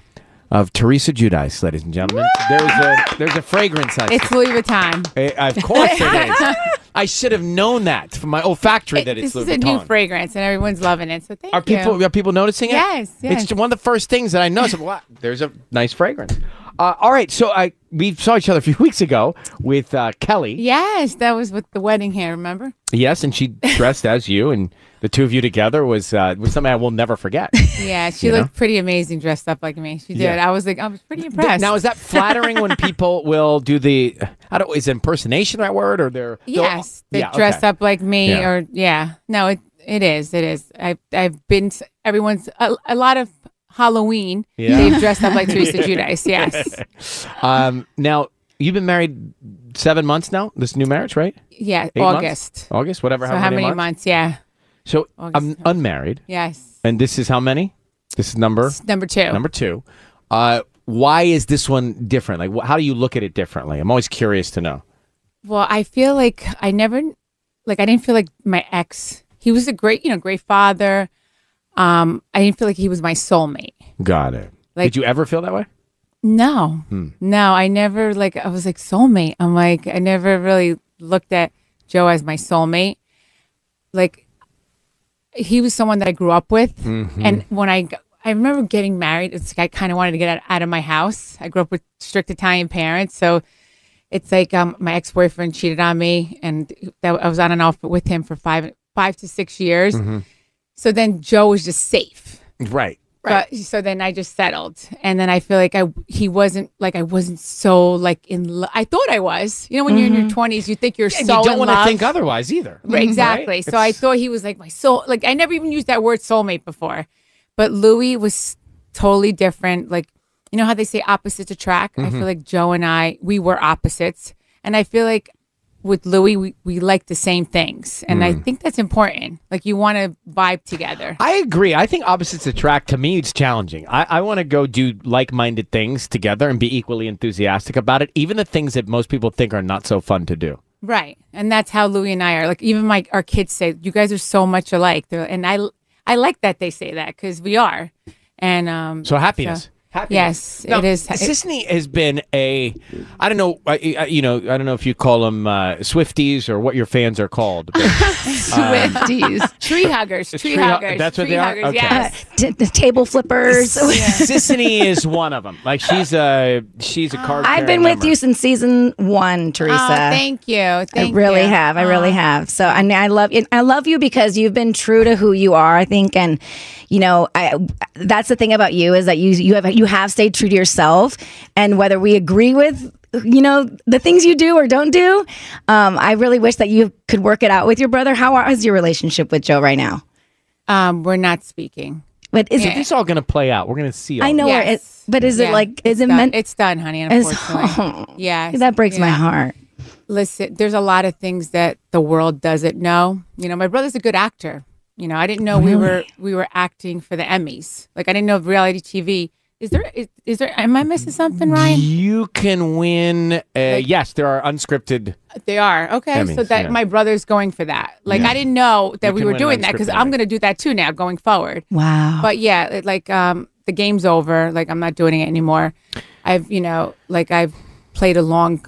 of Teresa Judice, ladies and gentlemen. There's a there's a fragrance. I
It's Louis Vuitton.
Eh, of course it is. I should have known that from my olfactory that
This
it's Louis
is a new
Vuitton.
fragrance, and everyone's loving it. So thank
Are people
you.
are people noticing it?
Yes, yes.
It's one of the first things that I noticed. Wow, there's a nice fragrance. Uh, all right, so I we saw each other a few weeks ago with uh, Kelly.
Yes, that was with the wedding hair. Remember?
Yes, and she dressed as you, and the two of you together was uh, was something I will never forget.
Yeah, she
You
looked
know?
pretty amazing dressed up like me. She did.
Yeah.
I was like, I was pretty impressed.
Now, is that flattering when people will do the? I don't. Is impersonation the right word or they're? they'll-
Yes, they
Yeah,
dress
okay.
up like me,
Yeah.
or yeah, no, it it is, it is. I've I've been to everyone's a, a lot of Halloween.
Yeah.
They've dressed up like Teresa Judice. Yes,
um, now you've been married seven months now. This new marriage, right?
Yeah,
Eight months?
August.
August, whatever.
so
how, many, months?
Yeah,
So
August,
I'm unmarried,
yes.
and this is how many? This is number
number two.
Number two. Uh, why is this one different? Like, wh- how do you look at it differently? I'm always curious to know.
Well, I feel like I never, like I didn't feel like my ex. He was a great, you know, great father. Um, I didn't feel like he was my soulmate.
Got it.
Like-
Did you ever feel that way?
No,
Hmm.
no, I never like. I was like soulmate. I'm like I never really looked at Joe as my soulmate. Like he was someone that I grew up with,
Mm.
and when I g- I remember getting married, it's like I kind of wanted to get out, out of my house. I grew up with strict Italian parents, so it's like um, my ex boyfriend cheated on me, and that I was on and off with him for five five to six years.
Mhm.
So then Joe was just safe.
Right.
But, so then I just settled, and then I feel like I he wasn't like I wasn't so like in. Lo- I thought I was. You know, when you're in your twenties, you think you're
Mm-hmm. And
so
you
in
don't want to
love.
think otherwise either. Mm-hmm.
Right, exactly.
Right?
So I thought he was like my soul. Like I never even used that word soulmate before, but Louis was totally different. Like you know how they say opposites attract. I
Mhm.
Mm-hmm.
feel like Joe and I we were opposites, and I feel like with Louis we we like the same things, and I
Mm.
think that's important. Like you want to vibe together.
I agree. I think opposites attract. To me, it's challenging. I, I want to go do like minded things together and be equally enthusiastic about it, even the things that most people think are not so fun to do.
Right. And that's how Louis and I are. Like even my our kids say, you guys are so much alike. They're, and I I like that they say that because we are. And um,
So happiness.
Yes,
Now,
it is.
Sisney has been a, I don't know, I, I- you know, I don't know if you call them uh, Swifties or what your fans are called. but, um,
Swifties. tree huggers. Tree,
Tree hu-
huggers.
that's what
tree
they are?
Huggers,
Okay.
Yes.
Uh, T- the table flippers.
Sissany is one of them. Like she's a she's
Ah.
a card.
I've been with you since season one, Teresa.
Aw, Oh, thank you. Thank
I really
you.
have. I really
Aw.
have. So I mean, I love you. I love you because you've been true to who you are. I think, and you know, I that's the thing about you is that you you have you have stayed true to yourself, and whether we agree with you know the things you do or don't do, um, I really wish that you could work it out with your brother. How are- is your relationship with Joe right now?
Um, we're not speaking.
But is
Is
it?
this all going to play out? We're going to see. all
I know,
this.
where it, but is it
Yeah.
like
It's
is it
done.
meant?
It's done, honey.
It's-
Unfortunately. yeah.
that breaks my
yeah.
heart.
Listen, there's a lot of things that the world doesn't know. You know, my brother's a good actor. You know, I didn't know we were
Really?
we were acting for the Emmys. Like I didn't know reality TV. Is there is, is there am I missing something, Ryan?
You can win. Uh, yes, there are unscripted.
They are okay. so
Emmys,
that
yeah.
my brother's going for that. Like
Yeah.
I didn't know that
You
we
can
were
win
doing that because
unscripted
I'm going to do that too now going forward.
Wow.
But yeah, it, like um, the game's over. Like I'm not doing it anymore. I've you know like I've played a long,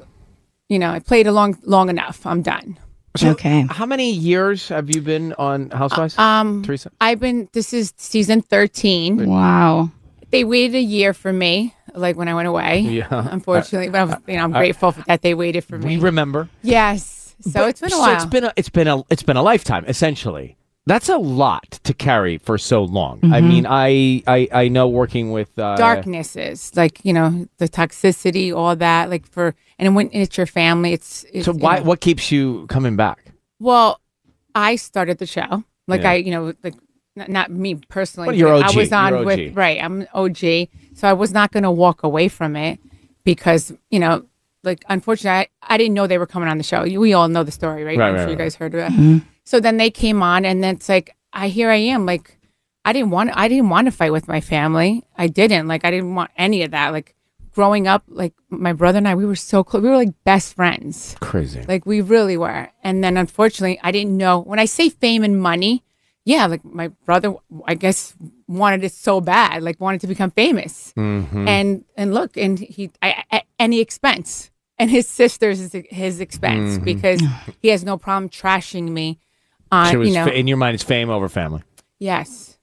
you know I played a long long enough. I'm done.
okay.
How many years have you been on Housewives?
Um,
Teresa.
I've been. This is season 13.
Wow.
They waited a year for me. Like when I went away.
Yeah.
Unfortunately, but I'm, you know, I'm
I-
grateful for that they waited for me.
We remember.
Yes. So it's been a
So
while.
it's been a, it's been a it's been a lifetime essentially. That's a lot to carry for so long. I
Mhm.
mean, I, I I know working with uh,
darknesses like you know the toxicity all that like for and when it's your family it's, it's
So
you
why
know.
what keeps you coming back?
well i started the show like
Yeah.
i you know like not, not me personally
Well, you're
but
OG,
i was on
you're OG.
with right i'm og so i was not going to walk away from it because you know like unfortunately I, I didn't know they were coming on the show we all know the story right,
Right,
i'm
right,
sure you
right.
guys heard of it
Mm-hmm.
so then they came on, and then it's like I here I am. Like I didn't want I didn't want to fight with my family. I didn't like I didn't want any of that. Like growing up, like my brother and I, we were so close. We were like best friends.
Crazy.
Like we really were. And then unfortunately, I didn't know when I say fame and money. Yeah, like my brother, I guess wanted it so bad. Like wanted to become famous
Mhm.
and and look and he I, at any expense and his sister's is his expense
Mhm.
because he has no problem trashing me on
So it's
uh, you know
fa- in your mind, it's fame over family.
yes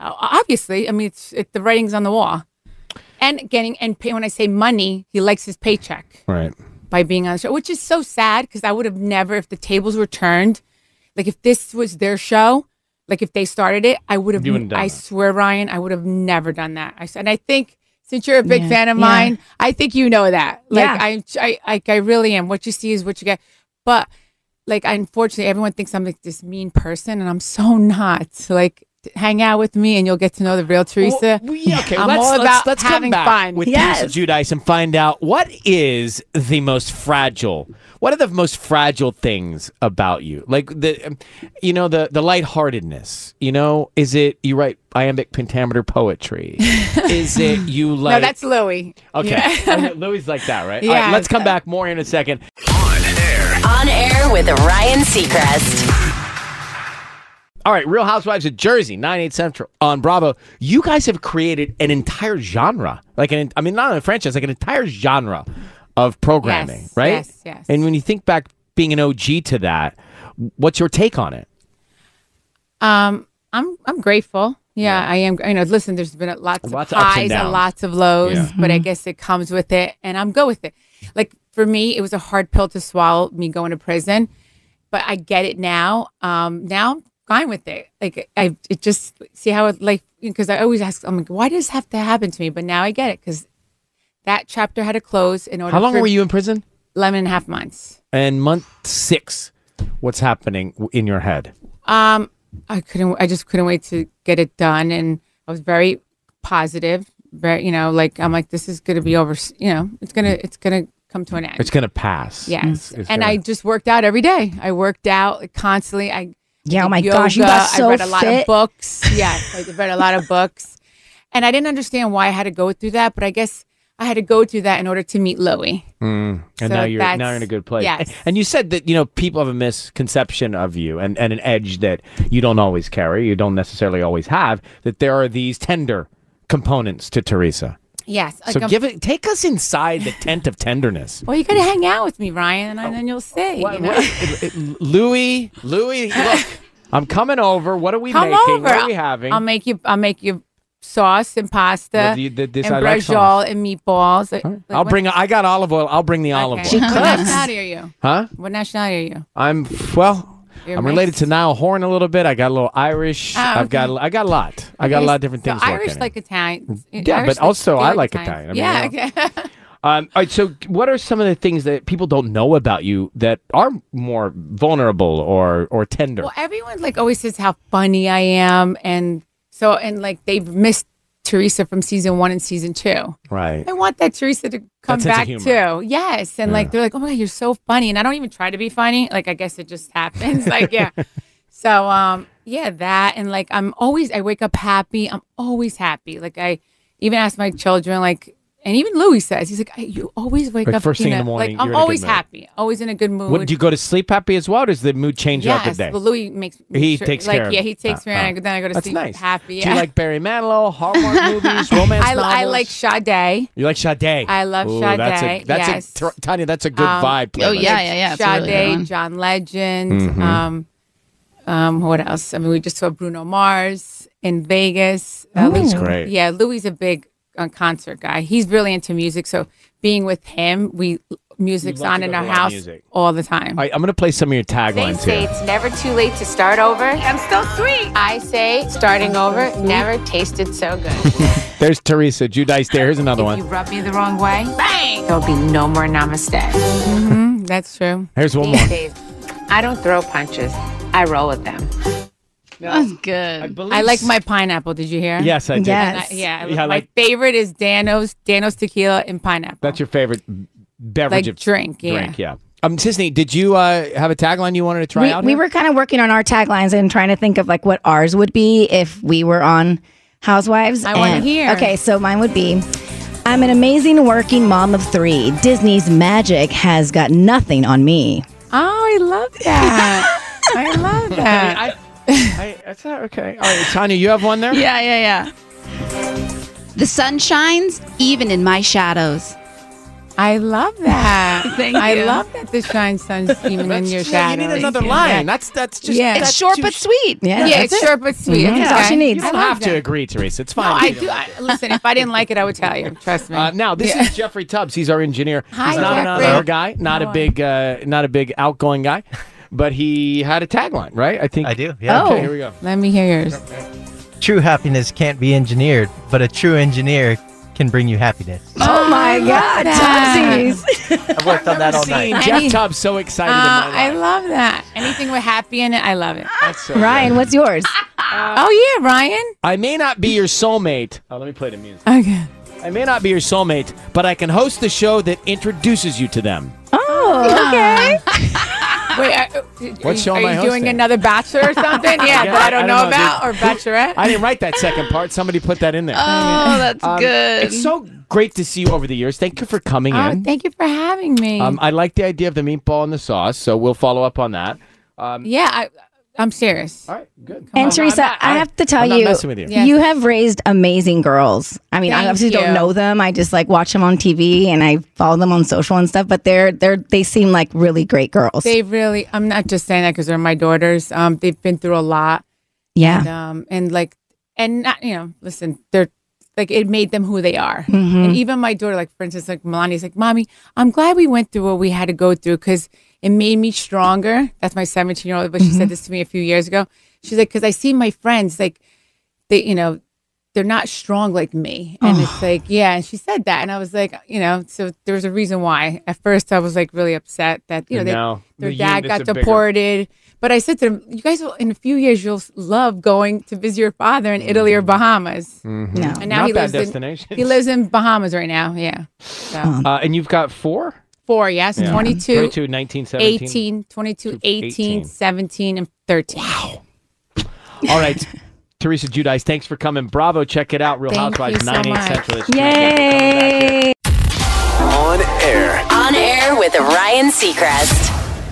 O- obviously i mean it's it, the writing's on the wall and getting and pay, when i say money he likes his paycheck
Right.
by being on the show which is so sad because i would have never if the tables were turned like if this was their show like if they started it i would have
You wouldn't have done
i
that.
swear ryan i would have never done that i said and i think since you're a big
Yeah.
fan of
Yeah.
mine I think you know that. Like
Yeah.
I, I, like I really am. What you see is what you get. But like, unfortunately, everyone thinks I'm like this mean person, and I'm so not. Like, t- hang out with me, and you'll get to know the real Teresa.
okay,
I'm
let's,
all
let's,
about
let's
having
come back
fun.
Ah, with Teresa Judice and find out what is the most fragile. What are the most fragile things about you? Like the, um, you know, the the lightheartedness. You know, is it you write iambic pentameter poetry? is it you
no,
like?
that's Louie.
okay. Oh,
Yeah.
Louis like that, right? All right.
Yeah.
Let's come back more in a second.
On air with Ryan Seacrest.
All right, Real Housewives of Jersey, 9, 8 Central on Bravo. You guys have created an entire genre. Like, an, I mean, not a franchise, like an entire genre of programming,
Yes,
right?
yes, yes.
And when you think back being an OG to that, what's your take on it?
Um, I'm I'm grateful. Yeah, I am. You know, listen, there's been a- lots,
Lots
of
of ups and
highs and,
downs.
lots of lows,
Yeah.
but I guess it comes with it, and I'm good with it. Like for me, it was a hard pill to swallow, me going to prison, but I get it now. Um, now I'm fine with it. Like I, it just see how it like because I always ask, I'm like, why does this have to happen to me? But now I get it because that chapter had to close in order.
How long
for
were you in prison?
Eleven and a half months.
And month six, what's happening w- in your head?
Um, I couldn't. I just couldn't wait to get it done, and I was very positive. Very, you know, like I'm like, this is gonna be over. s- You know, it's gonna, it's gonna come to an end.
It's going to pass.
Yes,
It's- it's
and
gonna-
I just worked out every day. I worked out like, constantly. I
Yeah, oh
did
my gosh, you got so
I read a lot
fit.
of books. Yes, I read a lot of books, and I didn't understand why I had to go through that, but I guess I had to go through that in order to meet Loey.
Mm. And
So
now you're now
that's-
you're in a good place.
yes.
And you said that you know people have a misconception of you and, and an edge that you don't always carry, you don't necessarily always have. That there are these tender components to Teresa.
Yes.
so
like a-
give it, take us inside the tent of tenderness.
Well, you gotta hang out with me, Ryan, and
Oh,
then you'll see. you know?
Louis, Louis, look, I'm coming over. What are we
Come
making?
over.
What are we
I'll-
having?
I'll make you. I'll make you sauce and pasta
Well, you did this,
and
I like
brajol
sauce.
and meatballs. Like,
I'll bring. I got olive oil. I'll bring the olive
Okay.
oil.
What nationality are you?
Huh?
What nationality are you?
I'm well.
You're
I'm
mixed.
related to Niall Horn a little bit. I got a little Irish.
Oh,
I've got.
okay.
I got a lot. I got a lot of different
so
things.
Irish
working.
like Italian.
Mm. Yeah,
Irish
but also
they
I like Italian. I mean,
yeah.
you
Okay.
Um, all right. So, what are some of the things that people don't know about you that are more vulnerable or or tender?
Well, everyone like always says how funny I am, and so and like they've missed Teresa from season one and season two.
right.
I want that Teresa to come
sense of
back
humor.
too. Yes, and like they're like, oh my god, you're so funny, and I don't even try to be funny. Like I guess it just happens. like yeah. So um yeah that and like I'm always I wake up happy. I'm always happy. Like I even ask my children like. And even Louis says he's like, I, "You always wake
Like,
up
first thing in
a-
the morning,
Like
you're
I'm
in a good
always
mood."
happy, always in a good mood."
What, do you go to sleep happy as well? Or does the mood change throughout the day?
Well, Louis makes
He
sure-
takes
like,
care of
Yeah,
it.
he takes
Uh,
me around.
uh,
and then I go to
that's
sleep
nice.
happy.
Do you
yeah.
like Barry Manilow, Hallmark movies, romance
I, I
novels?
like Sade.
You like Sade?
I love
Ooh, That's a,
Sade,
that's
yes.
a, Tor- Tanya, that's a good
Um,
vibe. playlist.
Sade, John Legend.
Mhm.
Um, um, what else? I mean, we just saw Bruno Mars in Vegas.
Oh. That's
Louis-
great.
Yeah, Louis is a big uh, concert guy. He's really into music, so being with him, we music's
love
on
to
in
go
our
to live
house
music.
all the time.
All right, I'm going to play some of your taglines here.
it's never too late to start over. I'm still sweet. I say starting over never tasted so good.
There's Teresa Judice there. Here's another
You
one.
rub me the wrong way, bang! There'll be no more namaste. Mm-hmm, that's true.
Here's one more.
days, I don't throw punches. I roll with them. That's good. I, like my pineapple. Did you hear?
Yes, I did.
And
Yes.
yeah, I-
Yeah, I
my
like-
favorite is Dano's, Dano's tequila and pineapple.
That's your favorite
Like
beverage of
drink, yeah.
Drink, yeah. Um, Sisney, did you uh, have a tagline you wanted to try
we,
out?
we
here?
were kind of working on our taglines and trying to think of like what ours would be if we were on Housewives.
I wanna
And-
hear.
Okay, so mine would be I'm an amazing working mom of three. Disney's magic has got nothing on me.
Oh, I love that. I love that.
I, I, that's not okay. All right, Tanya, you have one there?
Yeah, yeah, yeah. The sun shines even in my shadows.
I love that.
Thank
I
you.
love that the shine suns even in your
yeah, you
shadow.
need another line. That's- that's just-
yeah.
it's short but sweet.
Yeah, Mm-hmm. it's short but sweet.
Mhm.
It's
That's all
okay.
she needs. You
I
don't
love
have to
that.
agree, Teresa. It's
No,
fine.
I
You
do. I, listen, if I didn't like it, I would tell you. Trust me.
Uh, now this is Jeffrey Tubbs. He's our engineer.
Hi,
He's not an on
Jeffrey.
air guy, not a big, uh, not a big outgoing guy, but he had a tagline, right? I think I do. Okay, here we go.
Let me hear yours.
True happiness can't be engineered, but a true engineer can bring you happiness.
Oh my God, Topsies.
I've worked on that all night.
seen
Jeff
Any-
Tubbs so excited.
Uh, I love that. Anything with happy in it, I love it.
That's so
Ryan, what's yours?
oh yeah, Ryan.
I may not be your soulmate. Oh, let me play the music.
Okay.
I may not be your soulmate, but I can host the show that introduces you to them.
Oh, okay.
Wait, are, are
What
you-
show
are
am
you
I hosting?
doing another bachelor or something? Yeah,
Yeah,
that I don't, know, about or
Who-
bachelorette.
I didn't write that second part. Somebody put that in there. Um,
Oh, that's good.
It's so great to see you over the years. Thank you for coming
Oh,
in.
thank you for having me.
Um, I like the idea of the meatball and the sauce, so we'll follow up on that. Um,
yeah, I, I'm serious. All
right, good.
And Teresa, I have to tell
I'm not
you,
messing with you.
you have raised amazing girls. I mean, I
Thank
obviously
you.
don't know them. I just like watch them on TV and I follow them on social and stuff. But they're they're they seem like really great girls.
They really. I'm not just saying that because they're my daughters. Um, they've been through a lot.
Yeah.
And, um, and like, and not you know, listen, they're like it made them who they are.
Mhm.
And even my daughter, like for instance, like Melania's like, "Mommy, I'm glad we went through what we had to go through because it made me stronger." That's my 17 year old, but she
Mm-hmm.
said this to me a few years ago. She's like, "Because I see my friends like, they you know." They're not strong like me. And it's like, yeah. And she said that. And I was like, you know, so there was a reason why. At first, I was like really upset that, you know,
And
they,
now
their
the
dad
units
got
are bigger.
deported. But I said to them, you guys will, in a few years, you'll love going to visit your father in Italy or Bahamas.
No.
And now
Mm-hmm. Not
he
bad
lives
destinations.
In, he lives in Bahamas right now. Yeah. So,
Uh, and you've got four?
four, yes,
Yeah.
22,
22, 19, 17.
18, 22, 18, 17, and 13. Wow.
All right. Teresa Judice, thanks for coming. Bravo. Check it out. Real
Thank you
Housewives,
so
9, 8
much.
Central. It's
Yay.
On air with Ryan Seacrest.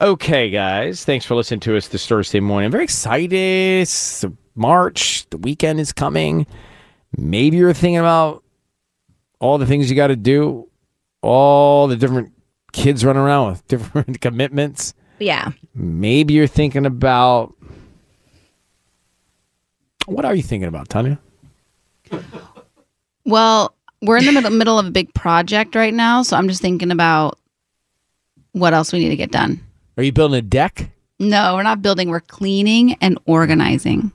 Okay, guys. Thanks for listening to us this Thursday morning. I'm very excited. It's March. The weekend is coming. Maybe you're thinking about all the things you got to do, all the different kids running around with different commitments.
Yeah.
Maybe you're thinking about. What are you thinking about, Tanya?
Well, we're in the middle, middle of a big project right now, so I'm just thinking about what else we need to get done.
Are you building a deck?
No, we're not building. We're cleaning and organizing.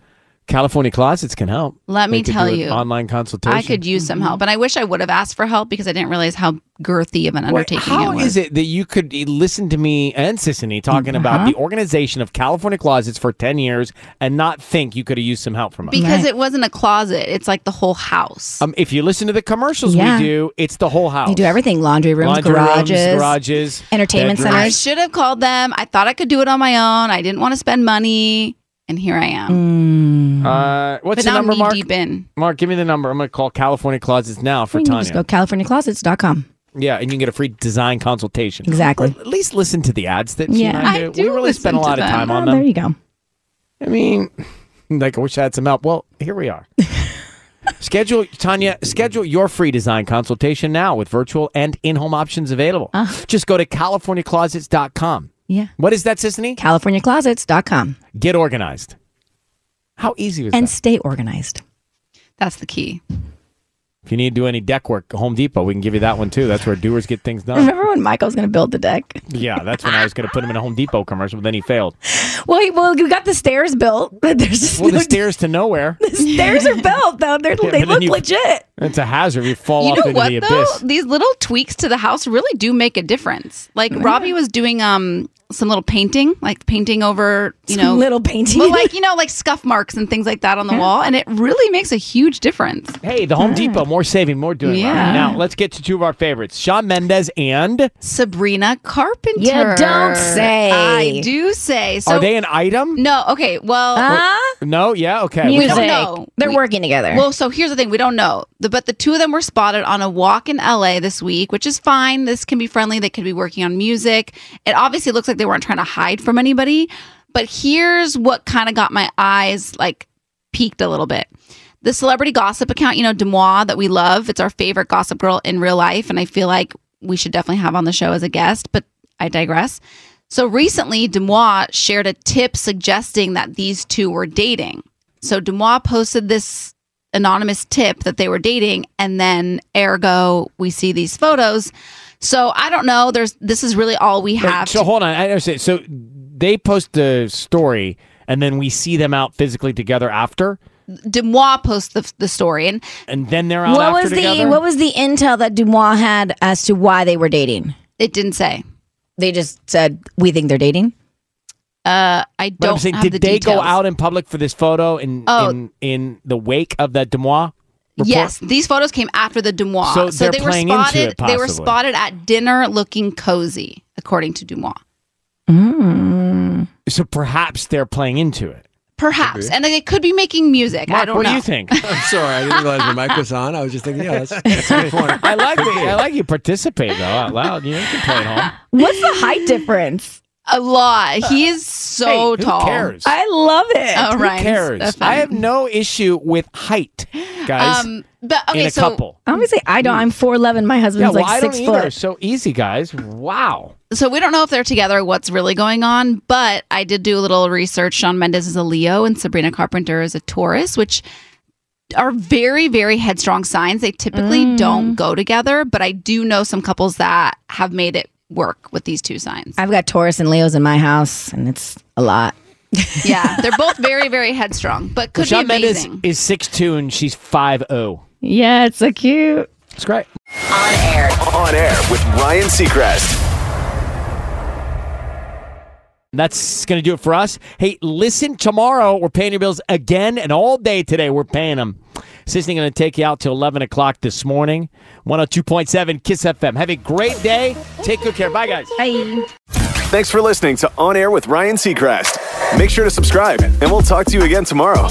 California closets can help.
Let me
They could
tell
do an
you,
online consultation.
I could use some
Mm-hmm.
help, and I wish I would have asked for help because I didn't realize how girthy of an
Wait,
undertaking
How
it was.
is it that you could e- listen to me and Sissany talking about
Uh-huh.
Mm-hmm.
the organization of California closets for 10 years and not think you could have used some help from us?
Because it wasn't a closet; it's like the whole house.
um, if you listen to the commercials
Yeah.
we do, it's the whole house.
You do everything laundry rooms,
Laundry rooms,
garages,
garages,
entertainment
bedrooms.
I should have called them. I thought I could do it on my own. I didn't want to spend money, and here I am.
Uh, Mm. what's
but
the
now
number,
knee
Mark?
deep in.
Mark, give me the number. I'm going to call California Closets now for
You can
Tanya.
just go californiaclosets.com.
Yeah, and you can get a free design consultation.
Exactly.
Or at least listen to the ads that she
Yeah.
and I
I
do.
do
we really
listen
spent a
to
lot of
them.
time on
Oh,
them.
there you go.
I mean, like I wish I had some help. Well, here we are. schedule Tanya. Schedule your free design consultation now with virtual and in-home options available. Just go to CaliforniaClosets.com.
Yeah.
What is that, Sissany?
Californiaclosets.com.
Get organized. How easy was
And
that?
stay organized.
That's the key.
If you need to do any deck work, Home Depot, we can give you that one too. That's where doers get things done.
Remember when Michael was going to build the deck?
Yeah, that's when I was going to put him in a Home Depot commercial, but then he failed.
Well, he- well, we got the stairs built, but there's just
Well,
no
the stairs to nowhere.
stairs are built though. They're,
Yeah, but
they
then
look
you-
legit.
It's a hazard. You fall
You
off
know
into
what
the
though?
abyss.
These little tweaks to the house really do make a difference. Like Robbie was doing um some little painting, like painting over, you
Some
know,
little painting.
But like, you know, like scuff marks and things like that on the wall and it really makes a huge difference.
Hey, the Home Depot, more saving, more doing.
Yeah.
right. Now, let's get to two of our favorites Sean Mendez and.
Sabrina Carpenter.
You don't say.
I do say. So
Are they an item?
No, okay. Well,
No, yeah, okay.
We don't know.
They're
We-
working together.
Well, so here's the thing: we don't know. The, but the two of them were spotted on a walk in LA this week, which is fine. This can be friendly. They could be working on music. It obviously looks like they weren't trying to hide from anybody. But here's what kind of got my eyes like peaked a little bit. The celebrity gossip account, you know, Demois that we love. It's our favorite gossip girl in real life, and I feel like we should definitely have on the show as a guest. But I digress. So recently, Demois shared a tip suggesting that these two were dating. So Demois posted this anonymous tip that they were dating, and then ergo, we see these photos. So I don't know. There's this is really all we
Wait,
have.
so hold on. I understand. So they post the story and then we see them out physically together after,
Demois posts the, the story, and
and then they're out
What
after
was the
together.
what was the intel that Dumois had as to why they were dating?
It didn't say.
They just said we think they're dating.
Uh, I
But
don't
I'm saying,
have
did
the
they
details.
go out in public for this photo in
Oh.
in, in the wake of that Demois? report?
Yes, these photos came after the Dumois.
So they're
they were
playing into
spotted.
it,
they were
possibly.
spotted at dinner looking cozy, according to Dumois. Mm.
So perhaps they're playing into it.
Perhaps,
Could be.
and they could be making music. I don't know.
think?
I'm sorry, I didn't realize the mic was on. I was just thinking, yeah, that's, that's a good point.
I like that. I like you participate though out loud. You, know, you can play at home.
What's the height difference?
A lot. He is so
Uh, Hey, who
tall.
cares?
I love it.
Oh,
Who
Ryan's
cares?
fine.
I have no issue with height, guys.
Um, but okay,
in a
so
couple.
I'm gonna say I don't. I'm four eleven. My
Yeah,
husband's
well,
like
I don't
six
either.
foot.
So easy, guys. Wow.
so we don't know if they're together, what's really going on, but I did do a little research. Sean Mendes is a Leo and Sabrina Carpenter is a Taurus, which are very, very headstrong signs. They typically
Mm.
don't go together, but I do know some couples that have made it work with these two signs.
I've got Taurus and Leos in my house, and it's a lot.
Yeah, they're both very, very headstrong, but could
Shawn
be
Mendes
amazing.
is six two and she's five oh. zero.
Yeah, it's so cute.
It's great.
On air.
On air with Ryan Seacrest.
That's going to do it for us. Hey, listen, tomorrow we're paying your bills again, and all day today we're paying them. Sisney going to take you out till 11 o'clock this morning. 102.7 Kiss FM. Have a great day. Take good care. Bye, guys.
Bye.
Thanks for listening to On Air with Ryan Seacrest. Make sure to subscribe, and we'll talk to you again tomorrow.